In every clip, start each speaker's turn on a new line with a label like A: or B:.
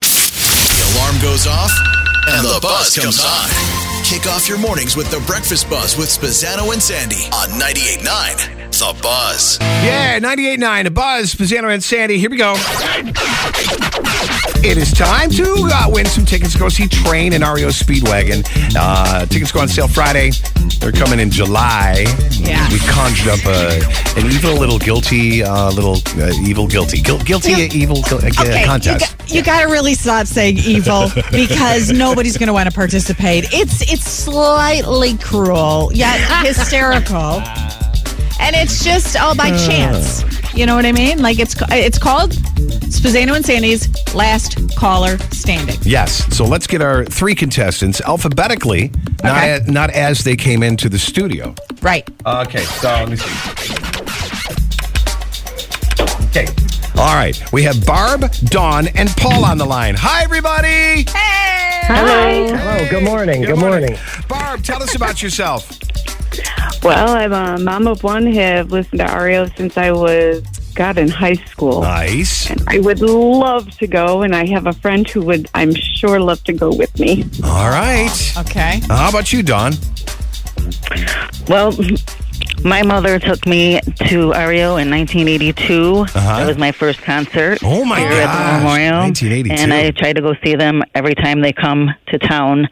A: The alarm goes off and the buzz comes on. Kick off your mornings with the breakfast buzz with Spazzano and Sandy on 98.9 The Buzz.
B: Yeah, 98.9, a buzz, Pizzano and Sandy. Here we go. It is time to uh, win some tickets to go see Train and REO Speedwagon. Uh, tickets go on sale Friday. They're coming in July. Yeah. We conjured up a, an evil little guilty, uh, little uh, evil guilty. Guil- guilty
C: Yeah.
B: evil gu- uh,
C: Okay,
B: contest.
C: You, got, to really stop saying evil because nobody's going to want to participate. It's it's slightly cruel yet hysterical, and it's just all by chance. You know what I mean? Like it's ca- it's called Spazzano and Sandy's last caller standing.
B: Yes. So let's get our three contestants alphabetically, not,
C: Okay.
B: a- not as they came into the studio.
C: Right?
B: Okay, so let me see. Okay. All right, we have Barb, Dawn, and Paul on the line. Hi, everybody.
D: Hello, good morning. Good, morning.
B: Barb, tell us about yourself.
D: Well, I'm a mom of one, have listened to REO since I was, God, in high school.
C: Uh.
B: Nice.
D: I would love to go, and I have a friend who would, I'm sure, love to go with me.
B: All right.
C: Okay.
B: How about you, Dawn?
E: Well, my mother took me to REO in 1982. That was my first concert.
B: Uh-huh. Oh, my
E: here At the
B: gosh.
E: Memorial.
B: 1982.
E: And I try to go see them every time they come to town.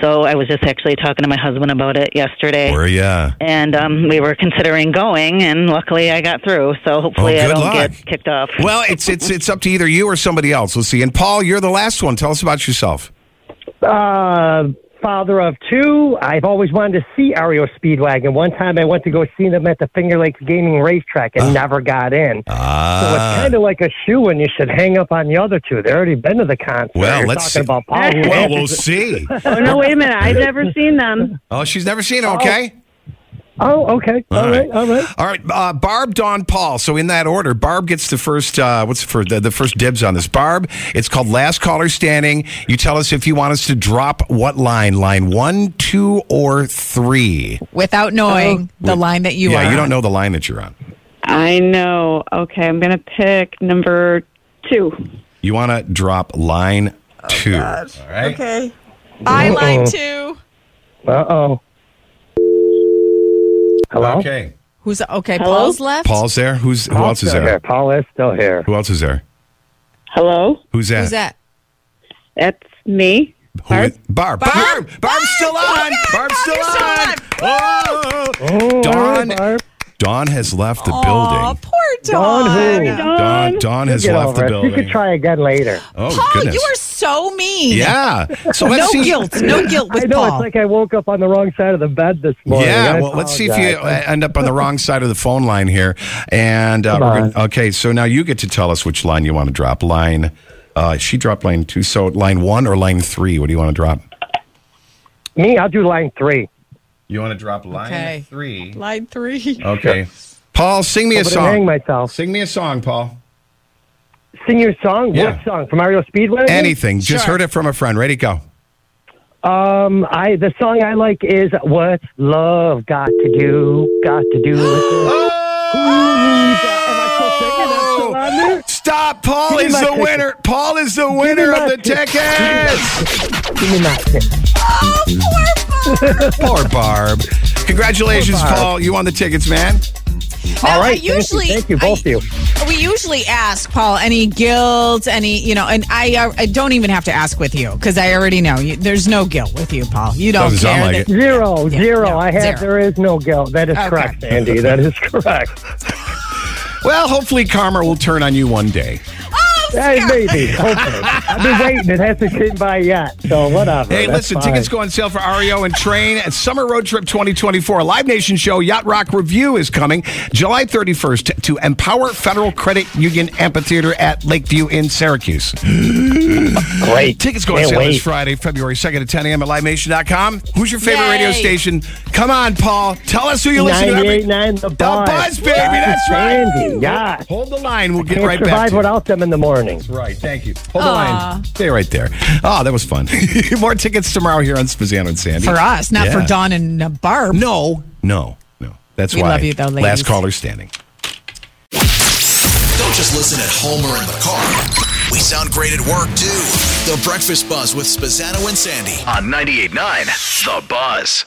E: So I was just actually talking to my husband about it yesterday.
B: Where ya?
E: And um, we were considering going, and luckily I got through. So hopefully
B: Oh,
E: I
B: good
E: don't
B: luck.
E: get kicked off.
B: Well, it's it's it's up to either you or somebody else. Let's see. And Paul, you're the last one. Tell us about yourself.
D: Uh, father of two, I've always wanted to see REO Speedwagon. One time I went to go see them at the Finger Lakes Gaming Racetrack and never got in. so it's kind of like a shoe and you should hang up on the other two. They already been to the concert.
B: Well,
D: You're
B: let's
D: talking
B: see.
D: about Paul.
B: Well,
D: who hasn't-
B: we'll see.
D: Oh no! Wait a minute! I've never seen them.
B: Oh, she's never seen it. Okay.
D: Oh, okay.
B: All
D: all
B: right.
D: right. All right.
B: All right, uh, Barb, Dawn, Paul. So in that order, Barb gets the first. Uh, what's the first, the, the first dibs on this? Barb. It's called last caller standing. You tell us if you want us to drop what line: line one, two, or three.
C: Without knowing the line that you
B: yeah,
C: are.
B: you don't
C: on.
B: know the line that you're on.
D: I know. Okay, I'm gonna pick number two.
B: You want to drop line two. All right.
C: Okay. I line two.
D: Uh oh. Hello.
B: Okay.
C: Who's okay?
D: Hello?
C: Paul's left.
B: Paul's there. Who's who else is
D: still Here.
B: there?
D: Paul is still here.
B: Who else is there?
D: Hello.
B: Who's that?
C: Who's that?
D: That's me.
B: Who
D: Barb?
B: is- Barb. Barb.
C: Barb.
B: Barb's still on. Barb's still
C: you're still
B: on.
C: on.
B: Oh.
D: Oh,
B: Dawn.
D: Barb.
B: Dawn has left the
C: Oh,
B: building.
C: poor
D: Dawn,
C: Dawn.
D: who?
B: Dawn, Dawn has
D: Get
B: left
D: over
B: the
D: it.
B: building.
D: You can try again later.
B: Oh,
C: Paul,
B: goodness.
C: you are so mean.
B: Yeah. So let's
C: No
B: see.
C: guilt. No guilt with
D: I know
C: Paul.
D: it's like I woke up on the wrong side of the bed this morning.
B: Yeah,
D: I
B: well, let's see if you
D: apologize.
B: uh, end up on the wrong side of the phone line here. And uh,
D: Come
B: we're
D: on.
B: gonna, okay, so now you get to tell us which line you want to drop. Line, uh, she dropped line two. So line one or line three? What do you want to drop?
D: Me, I'll do line three.
B: You want to drop line
C: Okay.
B: three?
C: Line three.
B: Okay. Paul, sing me a
D: I'm gonna hang
B: song.
D: myself.
B: Sing me a song, Paul.
D: Sing your song.
B: Yeah.
D: What song? From Mario Speedway?
B: Anything. Just
C: Sure.
B: heard it from a friend. Ready? Go.
D: Um, I the song I like is "What's Love Got to Do? Got to Do." With It." Am I still singing? Am I still on there?
B: Stop! Paul
D: Give me
B: is
D: my
B: the
D: ticket.
B: winner. Paul is the winner
D: me
B: of
D: my
B: the
D: ticket.
B: tickets.
D: Give me that.
B: Poor Barb. Congratulations, Paul. You won the tickets, man.
C: Now,
D: All right,
C: I
D: thank you,
C: usually,
D: thank you, both
C: I-
D: you.
C: We usually ask Paul any guilt, any you know, and I uh, I don't even have to ask with you because I already know you, there's no guilt with you, Paul. You don't
B: Doesn't
C: care.
B: sound like
C: that-
B: it.
D: Zero,
C: Yeah,
D: zero.
C: no,
D: I
C: zero.
D: have. There is no guilt. That is
C: Okay.
D: correct, Sandy. That is correct.
B: Well, hopefully karma will turn on you one day.
C: Oh,
D: Hey,
C: Scott.
D: maybe. Hopefully. I've been waiting. It hasn't came by yet. So whatever.
B: Hey,
D: That's
B: listen,
D: fine.
B: tickets go on sale for REO and Train at Summer Road Trip 2024. A Live Nation show, Yacht Rock Review is coming July 31st to Empower Federal Credit Union Amphitheater at Lakeview in Syracuse.
D: Great.
B: Tickets go on
D: Can't
B: sale
D: wait.
B: this Friday, February 2nd at 10 a.m. at LiveNation.com. Who's your favorite
C: Yay.
B: radio station? Come on, Paul. Tell us who you listen to. every-
D: 98.9 The Buzz.
B: Buzz, baby.
D: Yeah,
B: That's right.
D: Sandy, yeah.
B: Hold the line. We'll get
D: Can't
B: right back
D: survive
B: to you.
D: without them in the morning.
B: Right. Thank you. Hold the line. Stay right there. Oh, that was fun. More tickets tomorrow here on Spazano and Sandy.
C: for us, not
B: Yeah.
C: for Dawn and uh, Barb.
B: No, no, no. That's
C: We
B: why.
C: love you though, ladies.
B: Last caller standing.
A: Don't just listen at home or in the car. We sound great at work, too. The Breakfast Buzz with Spazzano and Sandy.
F: on 98.9 The Buzz.